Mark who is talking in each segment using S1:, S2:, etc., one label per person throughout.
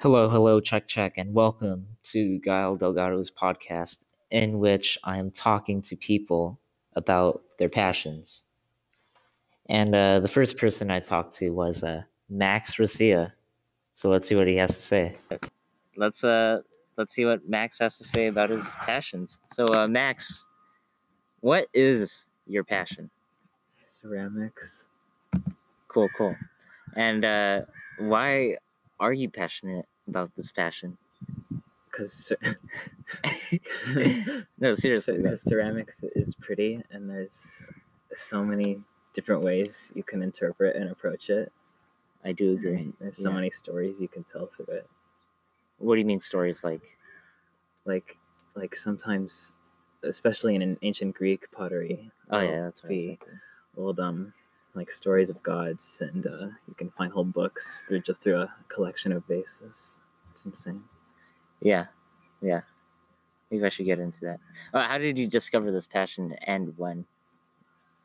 S1: Hello, hello, check, check, and welcome to Gail Delgado's podcast, in which I am talking to people about their passions. And uh, the first person I talked to was uh, Max Rosia. So let's see what he has to say. Let's uh, let's see what Max has to say about his passions. So, uh, Max, what is your passion?
S2: ceramics
S1: Cool, cool. And uh, why are you passionate about this passion?
S2: because cer-
S1: no, seriously. though.
S2: because ceramics is pretty and there's so many different ways you can interpret and approach it
S1: I do agree.
S2: there's so
S1: Yeah.
S2: many stories you can tell through it
S1: What do you mean stories like?
S2: like like sometimes especially in an ancient greek pottery
S1: Oh
S2: there'll
S1: yeah, that's
S2: be
S1: right.
S2: old um like stories of gods and uh, you can find whole books through just through a collection of vases it's insane
S1: Yeah, yeah. Maybe I should get into that. Uh, how did you discover this passion and when?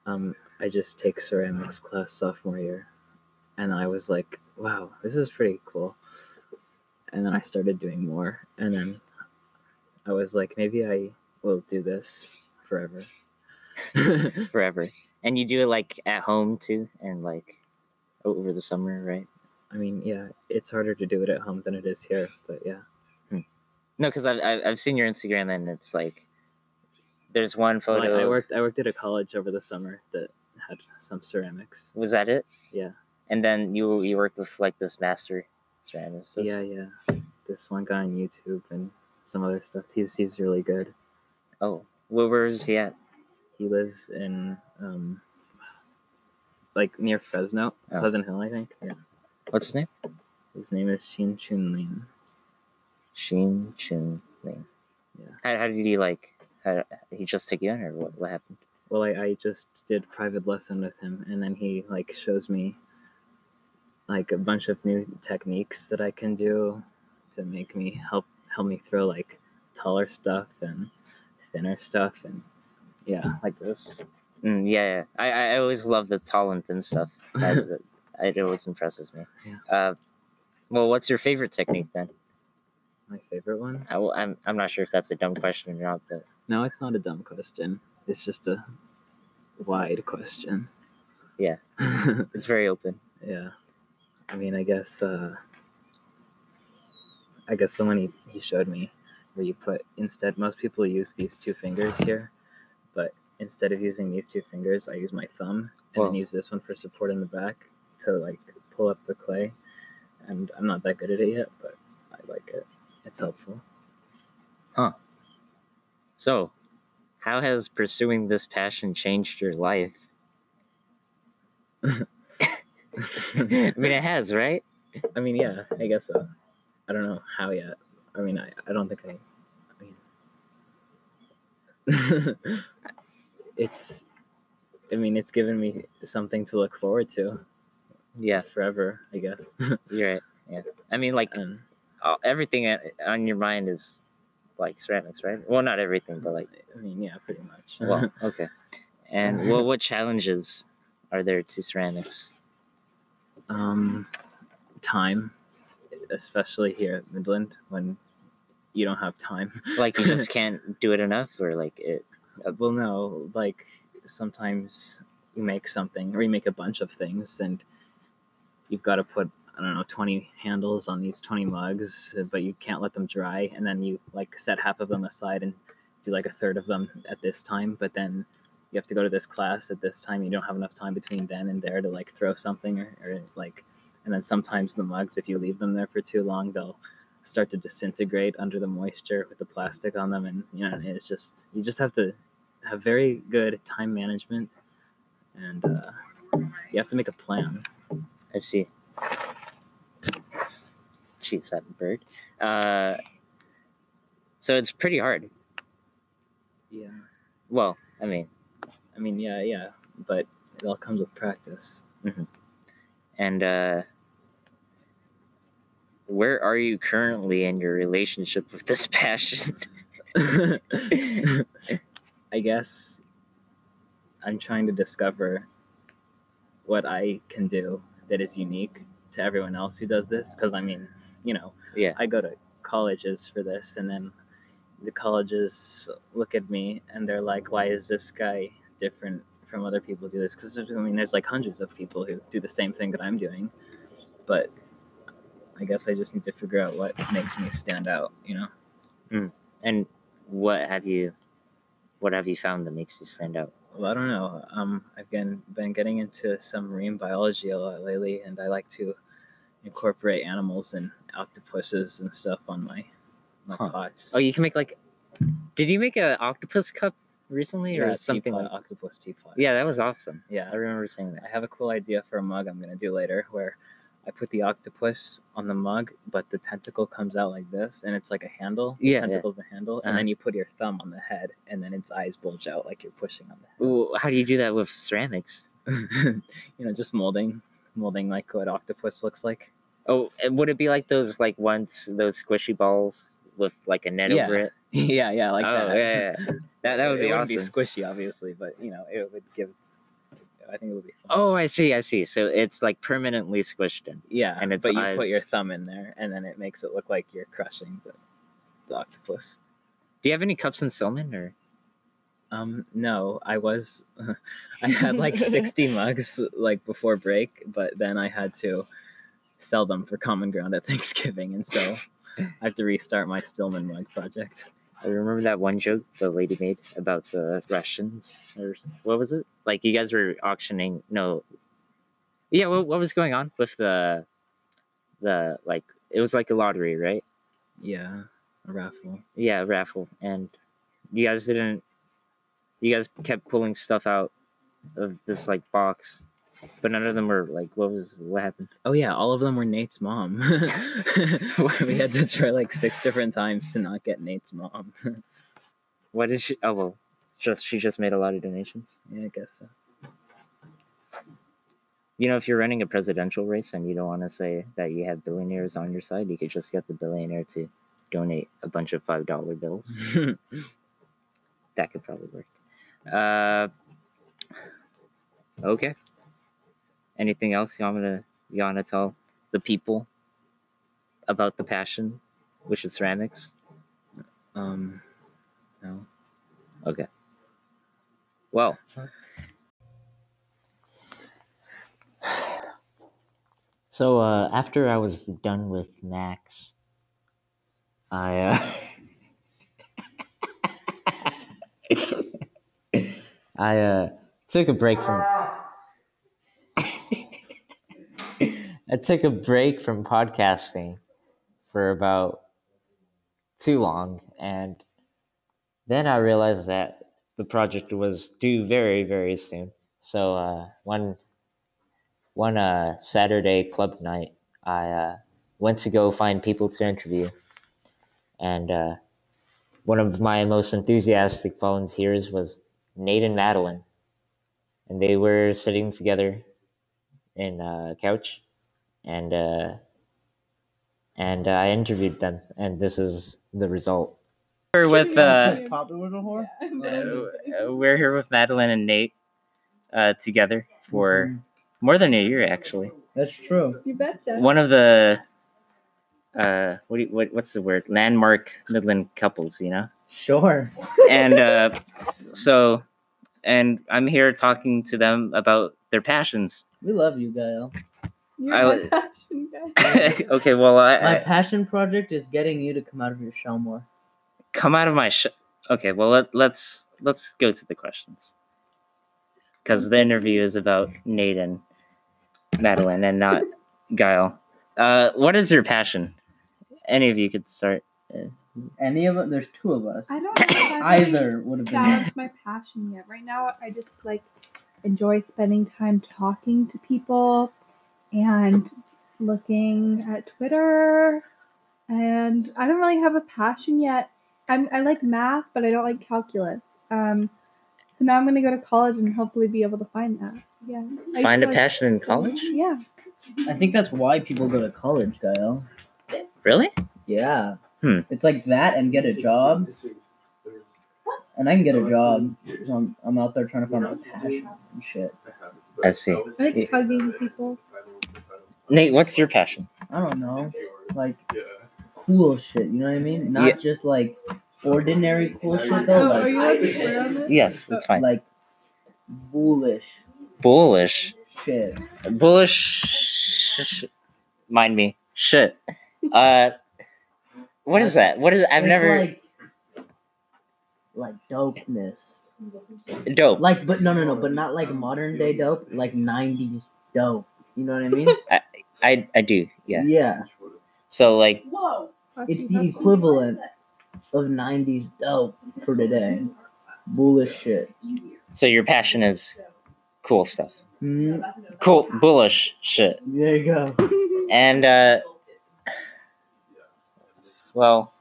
S2: um, I just take ceramics class sophomore year, and I was like, wow, this is pretty cool. And then I started doing more, and then I was like, maybe I will do this forever.
S1: Forever. And you do it like at home too, and like over the summer, right?
S2: I mean, yeah, it's harder to do it at home than it is here, but yeah,
S1: No, because I've I've I've seen your Instagram and it's like there's one
S2: Well,
S1: photo.
S2: I, I
S1: of-
S2: worked I worked at a college over the summer that had some ceramics.
S1: Was that it?
S2: Yeah.
S1: And then you you worked with like this master ceramicist.
S2: yeah, yeah, this one guy on YouTube and some other stuff. He's he's really good.
S1: Oh, where where is he at?
S2: He lives in um, like near Fresno,
S1: Oh.
S2: Pleasant Hill, I think. Yeah.
S1: What's his name?
S2: His name is Xin Chun Lin.
S1: Shin Chun Ling.
S2: Yeah.
S1: How, how did he like? How he just took you in, or what? What happened?
S2: Well, I, I just did private lesson with him, and then he like shows me like a bunch of new techniques that I can do to make me help help me throw like taller stuff and thinner stuff and yeah, like this.
S1: Mm, yeah, yeah. I I- I always love the tall and thin stuff. That, that- it always impresses me.
S2: Yeah.
S1: Uh, well, what's your favorite technique then?
S2: My favorite one.
S1: I, will- I'm I'm not sure if that's a dumb question or not, but
S2: No, it's not a dumb question. It's just a wide question.
S1: Yeah. it's very open.
S2: Yeah. I mean, I guess, uh, I guess the one he, he showed me where you put, instead, most people use these two fingers here, but instead of using these two fingers, I use my thumb and
S1: Wow.
S2: then use this one for support in the back to like pull up the clay. And I'm not that good at it yet, but I like it. It's helpful.
S1: So, how has pursuing this passion changed your life? I mean, it has, right?
S2: I mean, yeah, I guess so. I don't know how yet. I mean, I, I don't think I. I mean, it's. I mean, it's given me something to look forward to
S1: Yeah,
S2: forever, I guess.
S1: you're right. Yeah, I mean, like
S2: and
S1: uh, everything uh, on your mind is like ceramics, right? Well, not everything, but like
S2: I mean, yeah, pretty much.
S1: well, okay. And well, what challenges are there to ceramics?
S2: um, time, especially here at Midland, when you don't have time.
S1: Like you just can't do it enough, or like it?
S2: Uh, well, no, like sometimes you make something or you make a bunch of things and you've got to put, I don't know, 20 handles on these 20 mugs, uh, but you can't let them dry. And then you like set half of them aside and do like a third of them at this time, but then you have to go to this class at this time. You don't have enough time between then and there to like throw something or, or like, and then sometimes the mugs, if you leave them there for too long, they'll start to disintegrate under the moisture with the plastic on them. And, you know, it's just, you just have to have very good time management and uh, you have to make a plan.
S1: I see. Jeez, that bird. Uh, so it's pretty hard.
S2: Yeah.
S1: Well, I mean,
S2: I mean, yeah, yeah, but it all comes with practice.
S1: and uh, where are you currently in your relationship with this passion?
S2: I guess I'm trying to discover what I can do that is unique to everyone else who does this because I mean, you know,
S1: Yeah.
S2: I go to colleges for this, and then the colleges look at me and they're like, "Why is this guy different from other people who do this?" Because I mean, there's like hundreds of people who do the same thing that I'm doing, but I guess I just need to figure out what makes me stand out, you know.
S1: And what have you what have you found that makes you stand out?
S2: Well, I don't know. Um, I've been, been getting into some marine biology a lot lately, and I like to incorporate animals and octopuses and stuff on my my
S1: Huh.
S2: pots.
S1: Oh, you can make like did you make an octopus cup recently
S2: Yeah,
S1: or something
S2: teapot,
S1: like
S2: octopus teapot.
S1: Yeah, that was awesome.
S2: yeah.
S1: I remember seeing that.
S2: I have a cool idea for a mug I'm gonna do later where I put the octopus on the mug, but the tentacle comes out like this, and it's like a handle.
S1: Yeah, yeah.
S2: the tentacle's the handle, and
S1: Uh-huh.
S2: then you put your thumb on the head, and then its eyes bulge out like you're pushing on the head.
S1: Ooh, how do you do that with ceramics?
S2: you know, just molding, molding like what octopus looks like.
S1: Oh, and would it be like those like once those squishy balls with like a net
S2: Yeah,
S1: over it?
S2: yeah, yeah, like
S1: oh,
S2: that.
S1: yeah, yeah, yeah. That that would
S2: it
S1: be
S2: wouldn't
S1: awesome.
S2: squishy, obviously, but you know, it would give. I think it would be. Fun.
S1: oh, I see, I see. So it's like permanently squished in.
S2: yeah,
S1: and its
S2: but you put
S1: eyes-
S2: your thumb in there, and then it makes it look like you're crushing the, the octopus.
S1: Do you have any cups in Silman or
S2: Um, no, I was, I had like 60 mugs like before break, but then I had to sell them for common ground at Thanksgiving, and so I have to restart my Stillman mug project.
S1: I remember that one joke the lady made about the Russians or what was it? Like you guys were auctioning no Yeah, what what was going on with the the like it was like a lottery, right?
S2: Yeah, a raffle.
S1: Yeah, raffle and you guys didn't you guys kept pulling stuff out of this like box. But none of them were like what was what happened?
S2: Oh yeah, all of them were Nate's mom. we had to try like six different times to not get Nate's mom.
S1: What did she oh well just she just made a lot of donations.
S2: yeah, I guess so.
S1: You know, if you're running a presidential race and you don't want to say that you have billionaires on your side, you could just get the billionaire to donate a bunch of five dollar bills. That could probably work. Uh, okay. Anything else you want me to you want to tell the people about the passion, which is ceramics?
S2: um, no.
S1: Okay. Well, so uh, after I was done with Max, I. Uh, I uh, took a break from. I took a break from podcasting for about too long, and then I realized that the project was due very, very soon. So uh, one one uh, Saturday club night, I uh, went to go find people to interview, and uh, one of my most enthusiastic volunteers was Nate and Madeline, and they were sitting together in uh, a couch, and uh, and I interviewed them, and this is the result. We're with uh,
S3: popular little whore.
S1: uh, we're here with Madeline and Nate uh, together for
S2: Mm-hmm.
S1: more than a year, actually.
S3: That's true.
S4: You betcha.
S1: One of the uh, what, do you, what what's the word? Landmark Midland couples, you know.
S3: Sure.
S1: And uh, so, and I'm here talking to them about their passions.
S3: We love you, Gael.
S4: You're
S1: I
S4: my
S1: would-
S4: passion guy.
S1: okay, well, I,
S3: My
S1: I-
S3: passion project is getting you to come out of your shell more.
S1: come out of my. Sh- okay, well let, let's let's go to the questions because the interview is about Nate and Madeline and not Guile. Uh, what is your passion? Any of you could start.
S3: Any of them? There's two of us.
S4: I don't know if I've
S3: Either would have been.
S4: found my passion yet. Right now, I just like enjoy spending time talking to people and looking at Twitter. And I don't really have a passion yet. I'm, I like math, but I don't like calculus. Um, so now I'm going to go to college and hopefully be able to find that. Yeah. I
S1: Find a
S4: just like-
S1: passion in college?
S4: Yeah.
S3: I think that's why people go to college, Gael.
S1: Really?
S3: Yeah.
S1: Hmm.
S3: It's like that and get a job. And I can get a job. So I'm, I'm out there trying to find my passion and shit.
S1: I see.
S4: I like hugging people.
S1: Nate, what's your passion?
S3: I don't know.
S2: like
S3: Yeah.
S2: cool shit. You know what I mean? Not
S1: Yeah.
S2: just like ordinary cool shit
S4: Oh,
S2: though.
S4: are
S2: Like
S4: you allowed to swear on this?
S1: Yes, that's fine.
S2: like bullish
S1: Bullish.
S2: shit.
S1: Bullish. sh- Mind me. Shit. Uh, what is that? What is? I've
S2: It's
S1: never
S2: like, like dopeness.
S1: dope.
S2: Like, but no, no, no, but not like modern day dope. Like '90s dope. You know what I mean?
S1: I I do. Yeah.
S2: Yeah.
S1: So like
S5: Whoa.
S2: It's the equivalent of '90s dope for today. Bullish shit.
S1: so your passion is cool stuff.
S2: Hmm.
S1: Cool bullish shit.
S2: There you go.
S1: And uh well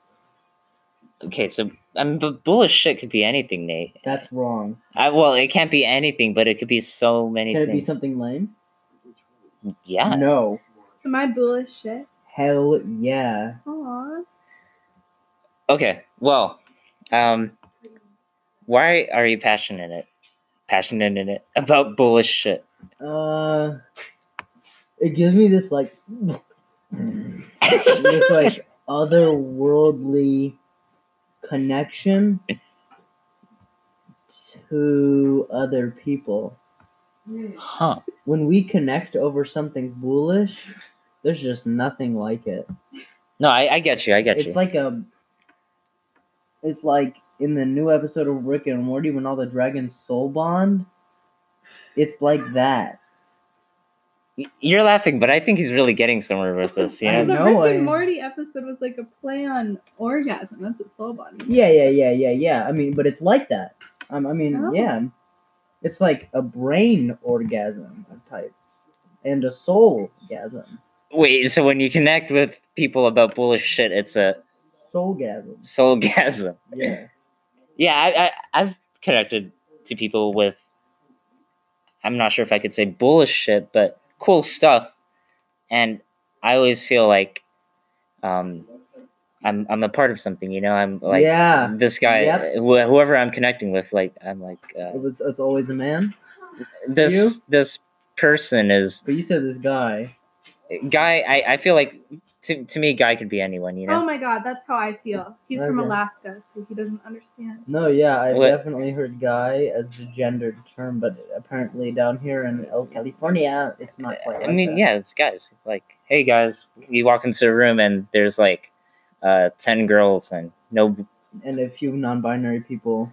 S1: okay, so I mean, but bullish shit could be anything, Nate.
S2: That's wrong.
S1: I well, it can't be anything, but it could be so many
S2: Can it be
S1: things.
S2: something lame?
S1: yeah.
S2: No.
S4: Am I bullish shit?
S2: Hell yeah.
S4: Aww.
S1: Okay. Well, um why are you passionate in it? Passionate in it about bullish shit.
S2: Uh, it gives me this like, this like otherworldly connection to other people.
S1: huh.
S2: When we connect over something bullish, there's just nothing like it.
S1: No, I, I get you. I get you.
S2: It's like a. It's like in the new episode of Rick and Morty when all the dragons soul bond. It's like that.
S1: Y- You're laughing, but I think he's really getting somewhere with this. You
S2: I
S1: know?
S4: the
S2: know
S4: Rick
S2: I-
S4: and Morty episode was like a play on orgasm. That's what soul body.
S2: Yeah, yeah, yeah, yeah, yeah. I mean, but it's like that. Um, I mean,
S4: Oh.
S2: yeah, it's like a brain orgasm of type, and a soul orgasm,
S1: Wait, so when you connect with people about bullish shit, it's a
S2: soulgasm.
S1: soulgasm.
S2: Yeah,
S1: Yeah, I, I, I've connected to people with, I'm not sure if I could say bullish shit, but cool stuff. And I always feel like um, I'm, I'm a part of something, you know? I'm like,
S2: yeah.
S1: this guy,
S2: Yep.
S1: wh- whoever I'm connecting with, like, I'm like, uh,
S2: It was. It's always a man.
S1: this,
S2: You?
S1: this person is
S2: But you said this guy.
S1: guy I, I feel like to, to me guy could be anyone you
S4: Oh
S1: know
S4: my god, that's how I feel. He's from
S2: Okay.
S4: Alaska, so he doesn't understand.
S2: No, yeah, I
S1: What?
S2: definitely heard "guy" as the gendered term, but apparently down here in El California, it's not quite.
S1: i
S2: like
S1: mean
S2: that.
S1: yeah it's guys like hey guys you walk into a room and there's like uh 10 girls and no
S2: and a few non-binary people.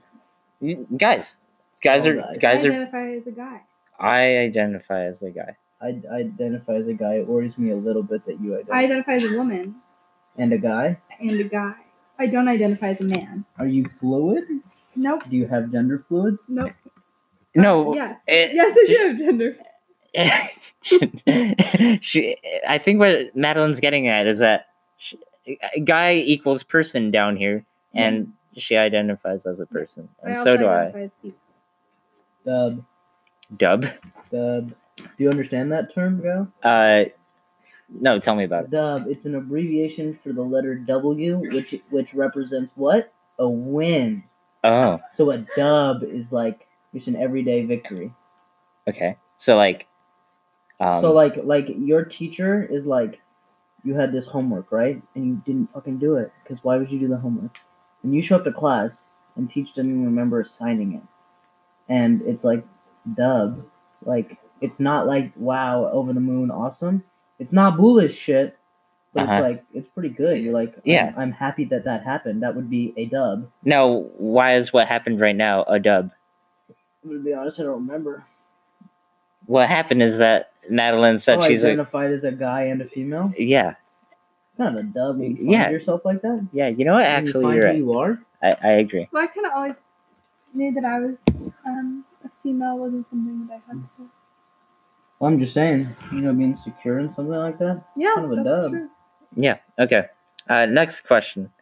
S1: Mm, guys guys
S2: All
S1: are
S2: guys.
S1: guys
S4: I
S1: are
S4: identify as a guy.
S1: i identify as a guy
S2: I I identify as a guy. It worries me a little bit that you
S4: I
S2: identify
S4: identify as a woman
S2: and a guy.
S4: and a guy. I don't identify as a man.
S2: Are you fluid?
S4: Nope.
S2: Do you have gender fluids?
S4: Nope.
S2: Oh,
S1: no
S4: Yeah.
S1: it-
S4: Yes, I do have gender.
S1: she, i think what madeline's getting at is that she, guy equals person down here and she identifies as a person and
S4: I
S1: so
S4: also
S1: do i
S4: identify as female.
S2: Dub,
S1: dub
S2: dub. Do you understand that term, Gal?
S1: Uh, no, tell me about it.
S2: Dub. It's an abbreviation for the letter W, which which represents what? A win.
S1: Oh,
S2: So a dub is like it's an everyday victory.
S1: okay. So like, um,
S2: so like like your teacher is like, you had this homework right, and you didn't fucking do it because why would you do the homework? And you show up to class and teach didn't even remember signing it, and it's like, dub, like it's not like wow over the moon awesome. It's not bullish shit, but
S1: Uh-huh.
S2: it's like it's pretty good. You're like I'm-
S1: Yeah.
S2: I'm happy that that happened. That would be a dub.
S1: no, why is what happened right now a dub?
S2: I'm gonna be honest, I don't remember.
S1: What happened is that Madeline said
S2: oh,
S1: she's a
S2: identified as a guy and a female.
S1: yeah,
S2: Kind of a dub. when you find
S1: Yeah.
S2: yourself like that.
S1: yeah. You know what?
S2: When you
S1: Actually,
S2: find
S1: you're
S2: who
S1: right.
S2: you are.
S1: I, I agree.
S4: Well, I kind of always knew that I was um, a female wasn't something that I had to.
S2: Well, I'm just saying, you know, being secure and something like that.
S4: Yeah,
S2: Kind of a
S4: that's
S2: dub.
S4: true.
S1: Yeah. Okay. Uh, next question.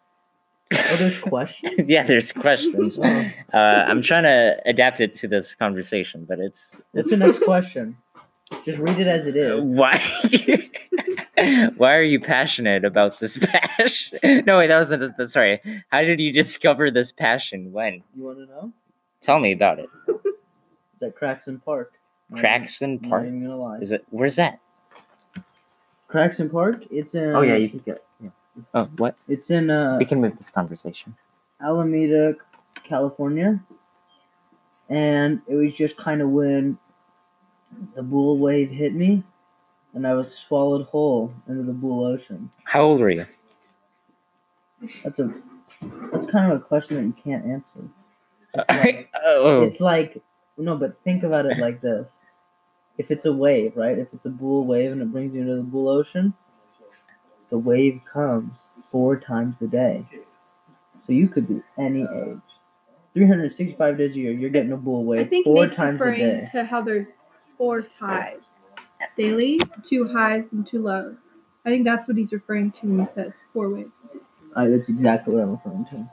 S2: Oh, there's questions.
S1: yeah, there's questions. Uh,
S2: Wow.
S1: I'm trying to adapt it to this conversation, but it's
S2: What's the next question? Just read it as it is.
S1: why. Why are you passionate about this passion? No, wait, that wasn't. the- Sorry. How did you discover this passion? When?
S2: You want to know?
S1: Tell me about it.
S2: It's at Craxton Park. Not
S1: Craxton
S2: even-
S1: Park.
S2: Not even gonna lie.
S1: Is it? Where's that?
S2: Craxton Park? It's in.
S1: Oh, can get. Oh, what?
S2: It's in uh,
S1: We can move this conversation.
S2: Alameda, California. And it was just kind of when the bull wave hit me and I was swallowed whole into the bull ocean.
S1: How old were you?
S2: That's a that's kind of a question that you can't answer. It's like,
S1: oh,
S2: it's like no, but think about it like this. If it's a wave, right? If it's a bull wave and it brings you into the bull ocean, the wave comes four times a day. So you could be any age. 365 days a year, you're getting a bull
S4: I
S2: wave
S4: think
S2: four
S4: Nate's
S2: times a
S4: referring
S2: day.
S4: to how there's four tides daily, two highs and two lows. I think that's what he's referring to when he says four waves.
S2: I, that's exactly what I'm referring to.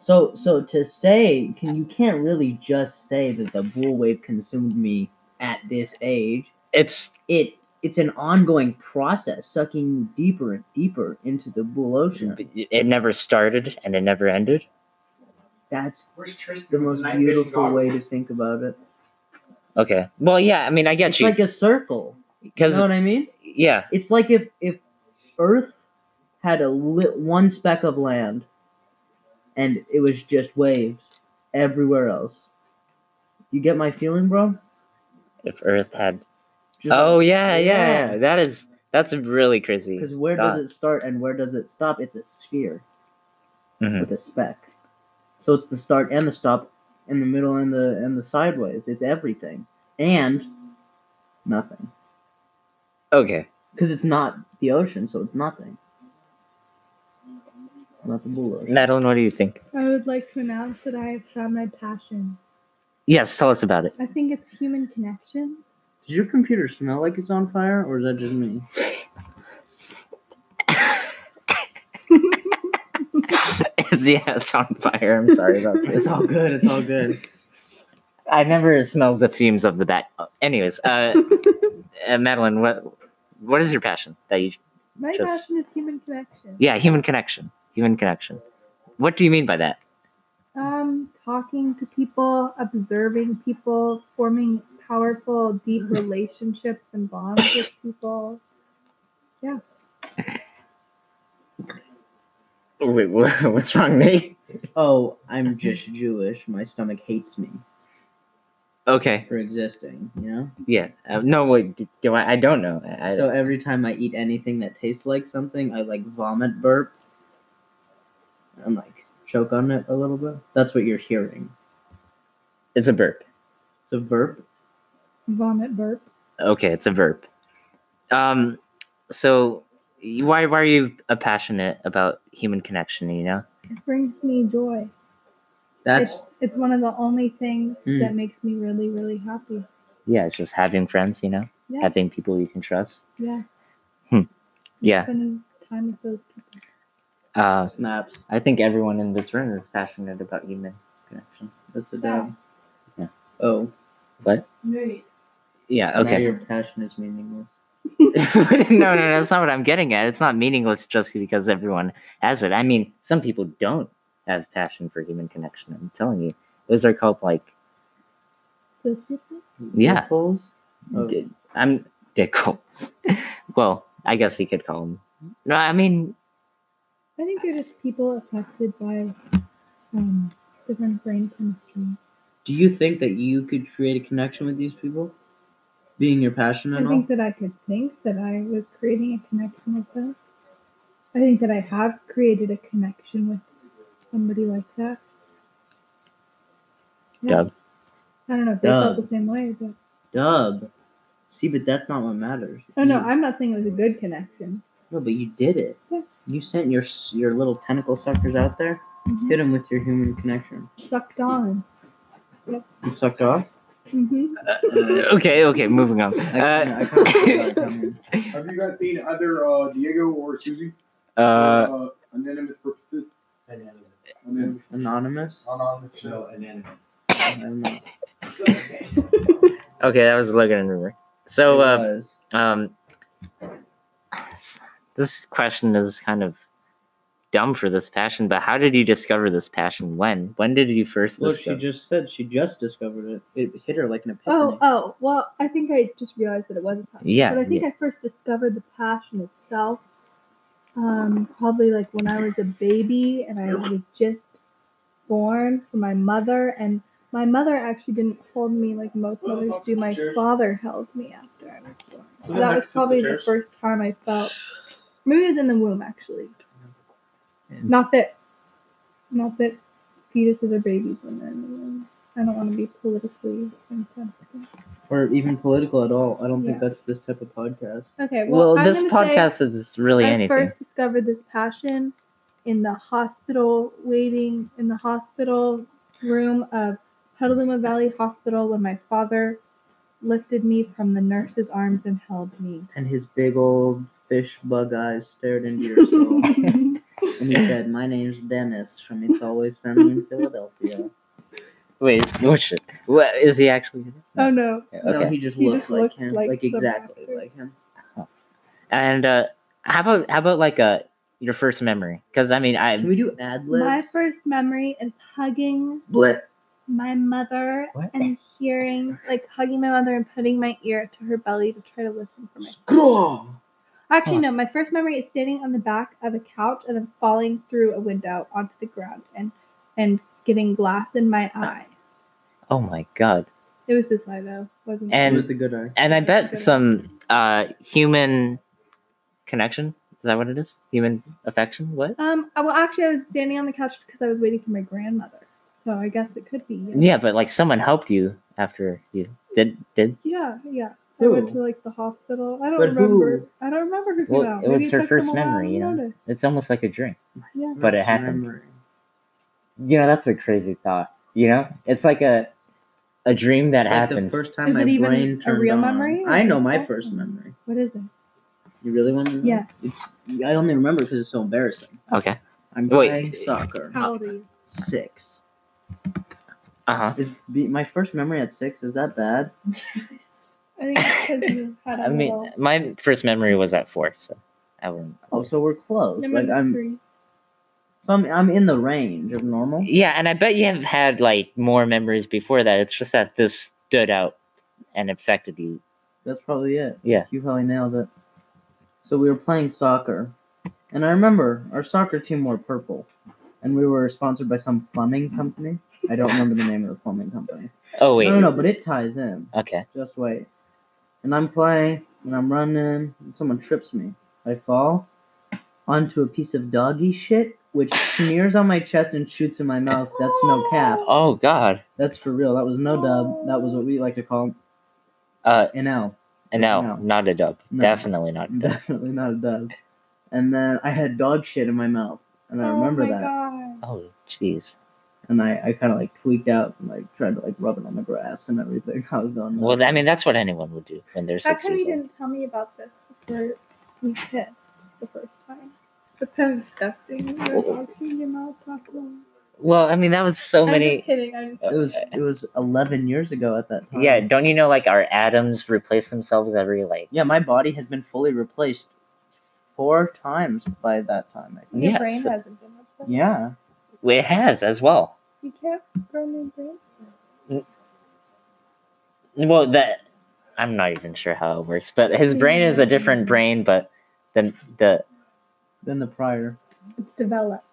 S2: So, so to say, can you can't really just say that the bull wave consumed me at this age.
S1: it's
S2: It it's an ongoing process, sucking you deeper and deeper into the bull ocean.
S1: it never started and it never ended.
S2: That's
S3: Where's Tristan?
S2: the most
S3: Night vision
S2: beautiful way to
S3: goggles.
S2: think about it.
S1: Okay. Well, yeah. I mean, I get
S2: It's
S1: you
S2: like a circle. You
S1: because
S2: know what I mean?
S1: yeah,
S2: It's like if if Earth had a li- one speck of land, and it was just waves everywhere else. You get my feeling, bro?
S1: if Earth had.
S2: Just
S1: Oh yeah, yeah.
S2: Yeah.
S1: yeah. That is that's really crazy.
S2: Because where
S1: Dot.
S2: does it start and where does it stop? It's a sphere
S1: Mhm.
S2: with a speck. So it's the start and the stop, and the middle and the and the sideways. It's everything and nothing.
S1: Okay.
S2: Because it's not the ocean, so it's nothing. Not the blue ocean.
S1: Madeline, what do you think?
S4: I would like to announce that I have found my passion.
S1: Yes, tell us about it.
S4: I think it's human connection.
S2: Does your computer smell like it's on fire, or is that just me?
S1: yeah, it's on fire. I'm sorry about
S2: It's
S1: this.
S2: all good. It's all good.
S1: I never smelled the fumes of the bat. Anyways, uh, uh, Madeline, what what is your passion that you
S4: My
S1: Just-
S4: passion is human connection.
S1: Yeah, human connection. Human connection. What do you mean by that?
S4: Um, talking to people, observing people, forming powerful, deep relationships and bonds with people.
S1: Wait, wha- what's wrong, Nate?
S2: Oh, I'm just Jewish. My stomach hates me
S1: Okay,
S2: for existing. You know.
S1: yeah. Uh, no, wait. d- Do I? I don't know. I, I-
S2: so every time I eat anything that tastes like something, I like vomit burp. I'm like choke on it a little bit. That's what you're hearing.
S1: it's a verb.
S2: It's a burp.
S4: Vomit burp.
S1: Okay, it's a verb. Um, so y- why why are you uh, passionate about human connection? You know.
S4: It brings me joy.
S2: That's
S4: It's, it's one of the only things
S2: Hmm.
S4: that makes me really, really happy.
S1: Yeah, it's just having friends. You know,
S4: Yeah.
S1: having people you can trust.
S4: Yeah.
S1: Hmm. Yeah.
S4: Spending time with those people.
S1: Uh,
S2: snaps.
S1: I think everyone in this room is passionate about human connection.
S2: That's a dab.
S1: Yeah.
S2: Oh.
S1: Yeah.
S2: Now
S1: Okay.
S2: your passion is meaningless.
S1: no, no, no, that's not what I'm getting at. It's not meaningless just because everyone has it. I mean, some people don't have passion for human connection. I'm telling you, those are called like
S4: So
S1: Yeah.
S2: Dimples? Oh.
S1: di- I'm dick holes. well, I guess you could call them. No, I mean,
S4: I think they're just people affected by um, different brain chemistry.
S2: Do you think that you could create a connection with these people, being your passion
S4: I
S2: and all?
S4: think that I could think that I was creating a connection with them. I think that I have created a connection with somebody like that.
S1: Dub.
S4: I don't know if they
S2: Dub.
S4: felt the same way, but
S2: Dub. See, but that's not what matters.
S4: oh no,
S2: You-
S4: I'm not saying it was a good connection.
S2: No, but you did it.
S4: Yeah.
S2: You sent your s- your little tentacle suckers out there.
S4: Mhm.
S2: Hit them with your human connection.
S4: Sucked on.
S2: You sucked off.
S4: hmm
S1: okay, okay, moving on.
S2: I
S1: Uh,
S2: kinda feel like I'm in-
S3: Have you guys seen either uh, Diego or Susie?
S1: uh,
S3: anonymous purposes.
S6: Anonymous.
S3: Anonymous.
S2: anonymous.
S3: Anonymous.
S6: No, anonymous.
S2: I don't know.
S1: okay, that was Logan and River. So, uh, um, this question is kind of dumb for this passion, but how did you discover this passion? When? When did you first
S2: Look, she
S1: discover?
S2: just said she just discovered it. It hit her like an epiphany.
S4: Oh, oh, well, I think I just realized that it wasn't.
S1: Yeah,
S4: But I think
S1: yeah.
S4: I first discovered the passion itself um, probably like when I was a baby and I was just born for my mother. And my mother actually didn't hold me like most mothers do. My father held me after I was born. So that was probably the first time I felt. Maybe it was in the womb actually. Not that, not that fetuses are babies when they're in the womb. I don't want to be politically insensitive.
S2: or even political at all. I don't think
S4: Yeah.
S2: that's this type of podcast.
S4: Okay. Well,
S1: Well,
S4: I'm
S1: this
S4: gonna say-
S1: podcast is really
S4: I
S1: anything.
S4: first discovered this passion in the hospital, waiting in the hospital room of Petaluma Valley Hospital when my father lifted me from the nurse's arms and held me.
S2: And his big old fish bug eyes stared into your soul. and he said, My name's Dennis from It's Always Sunny in Philadelphia.
S1: Wait, no shit. What is he actually?
S4: oh no.
S1: Okay.
S2: No, he just
S4: He
S2: looks
S4: just
S2: like
S4: looks
S2: him.
S4: like
S2: Like,
S4: the
S2: exactly
S4: actor.
S2: like him.
S1: And uh, how about how about like uh your first memory? Because I mean, I
S2: Can we do ad libs?
S4: My first memory is hugging my mother
S1: What?
S4: and hearing, like hugging my mother and putting my ear to her belly to try to listen for my Actually,
S1: Huh.
S4: no. My first memory is standing on the back of a couch and then falling through a window onto the ground and and getting glass in my eye.
S1: oh my god.
S4: It was this eye though, wasn't
S2: He
S1: And-
S4: it?
S2: was the good eye.
S1: And I bet some uh human connection. Is that what it is? Human affection? What?
S4: Um. I- Well, actually, I was standing on the couch because I was waiting for my grandmother. So I guess it could be.
S1: Yeah, but like someone helped you after you did did.
S4: Yeah. yeah. I went
S2: Who?
S4: to like the hospital. I don't
S2: But who?
S4: remember. I don't remember who. came
S1: Well,
S4: out.
S1: it
S4: Maybe
S1: was her
S4: took
S1: first
S4: them a while
S1: memory,
S4: to
S1: you know?
S4: notice.
S1: It's almost like a dream.
S4: Yeah.
S1: But it happened. You know, that's a crazy thought. You know, it's like a a dream that
S2: It's like
S1: happened.
S2: the first time
S4: Is
S2: my
S4: it even
S2: brain
S4: a
S2: turned
S4: real
S2: on.
S4: memory or
S2: I know
S4: is it
S2: my
S4: awesome?
S2: first memory.
S4: What is it?
S2: You really want to know?
S4: Yeah.
S2: It's I only remember because it's so embarrassing.
S1: okay.
S2: I'm
S1: Wait.
S2: playing soccer.
S4: How old are you?
S2: Six.
S1: Uh huh.
S2: Is be, my first memory at six? Is that bad?
S4: I think it's because you had a
S1: I mean,
S4: little.
S1: my first memory was at four, so I wouldn't.
S2: Oh, so we're close.
S4: Number
S2: like I'm,
S4: three.
S2: so I'm, I'm in the range of normal.
S1: Yeah, and I bet you have had like more memories before that. It's just that this stood out and affected you.
S2: That's probably it.
S1: Yeah.
S2: You probably nailed it. So we were playing soccer, and I remember our soccer team wore purple, and we were sponsored by some plumbing company. I don't remember the name of the plumbing company.
S1: Oh wait.
S2: No, no, no, but it ties in.
S1: Okay.
S2: Just wait. And I'm playing, and I'm running, and someone trips me. I fall onto a piece of doggy shit, which smears on my chest and shoots in my mouth. That's no cap.
S1: Oh God.
S2: That's for real. That was no dub. That was what we like to call
S1: Uh,
S2: an L.
S1: and no,
S2: No.
S1: not a dub.
S2: No.
S1: Definitely not a dub.
S2: Definitely not a dub. And then I had dog shit in my mouth, and I remember
S4: oh my
S2: that.
S4: God.
S1: Oh jeez.
S2: And I, I kind of like tweaked out and like tried to like rub it on the grass and everything. I was going.
S1: Well, I
S2: nuts.
S1: mean, that's what anyone would do when they're
S4: How
S1: six
S4: come you
S1: years old.
S4: didn't tell me about this before we kissed the first time? That's kind of disgusting. You were
S1: Well-
S4: talking about talking.
S1: Well, I mean, that was Oh. so
S4: I'm
S1: many.
S4: just kidding. I'm just
S1: Uh,
S2: it was it was 11 years ago at that time.
S1: Yeah, don't you know like our atoms replace themselves every like?
S2: Yeah, my body has been fully replaced four times by that time. I think.
S4: your
S1: yeah,
S4: brain
S1: so-
S4: hasn't been replaced.
S2: Yeah.
S1: It has as well.
S4: You can't grow new brains.
S1: Well, that I'm not even sure how it works, but his
S4: Mm-hmm.
S1: brain is a different brain, but the the
S2: Then the prior.
S4: It's developed.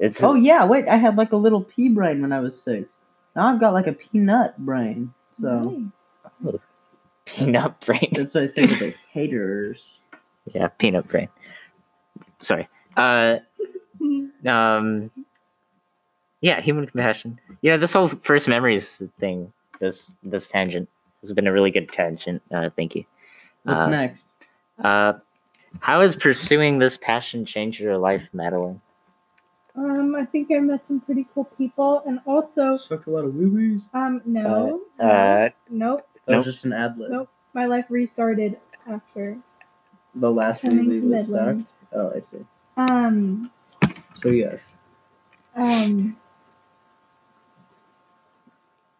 S1: it's
S2: Oh yeah, wait. I had like a little pea brain when I was six. Now I've got like a peanut brain. So
S4: Nice.
S1: peanut brain.
S2: that's why I say to the haters.
S1: Yeah, peanut brain. Sorry. Uh,
S4: Mm.
S1: um, yeah, human compassion. Yeah, this whole first memories thing, this this tangent has been a really good tangent. Uh, thank you.
S2: What's
S1: Uh,
S2: next?
S1: Uh, how has pursuing this passion changed your life, Madeline?
S4: Um, I think I met some pretty cool people, and also,
S2: Suck a lot of woo-woos.
S4: um, no,
S1: Uh,
S4: no, nope.
S2: That
S1: Nope.
S2: was just an ad lib.
S4: Nope. My life restarted after
S2: The last
S4: coming
S2: movie
S4: to
S2: was
S4: Midland.
S2: sucked. Oh, I see.
S4: Um,
S2: So yes.
S4: Um.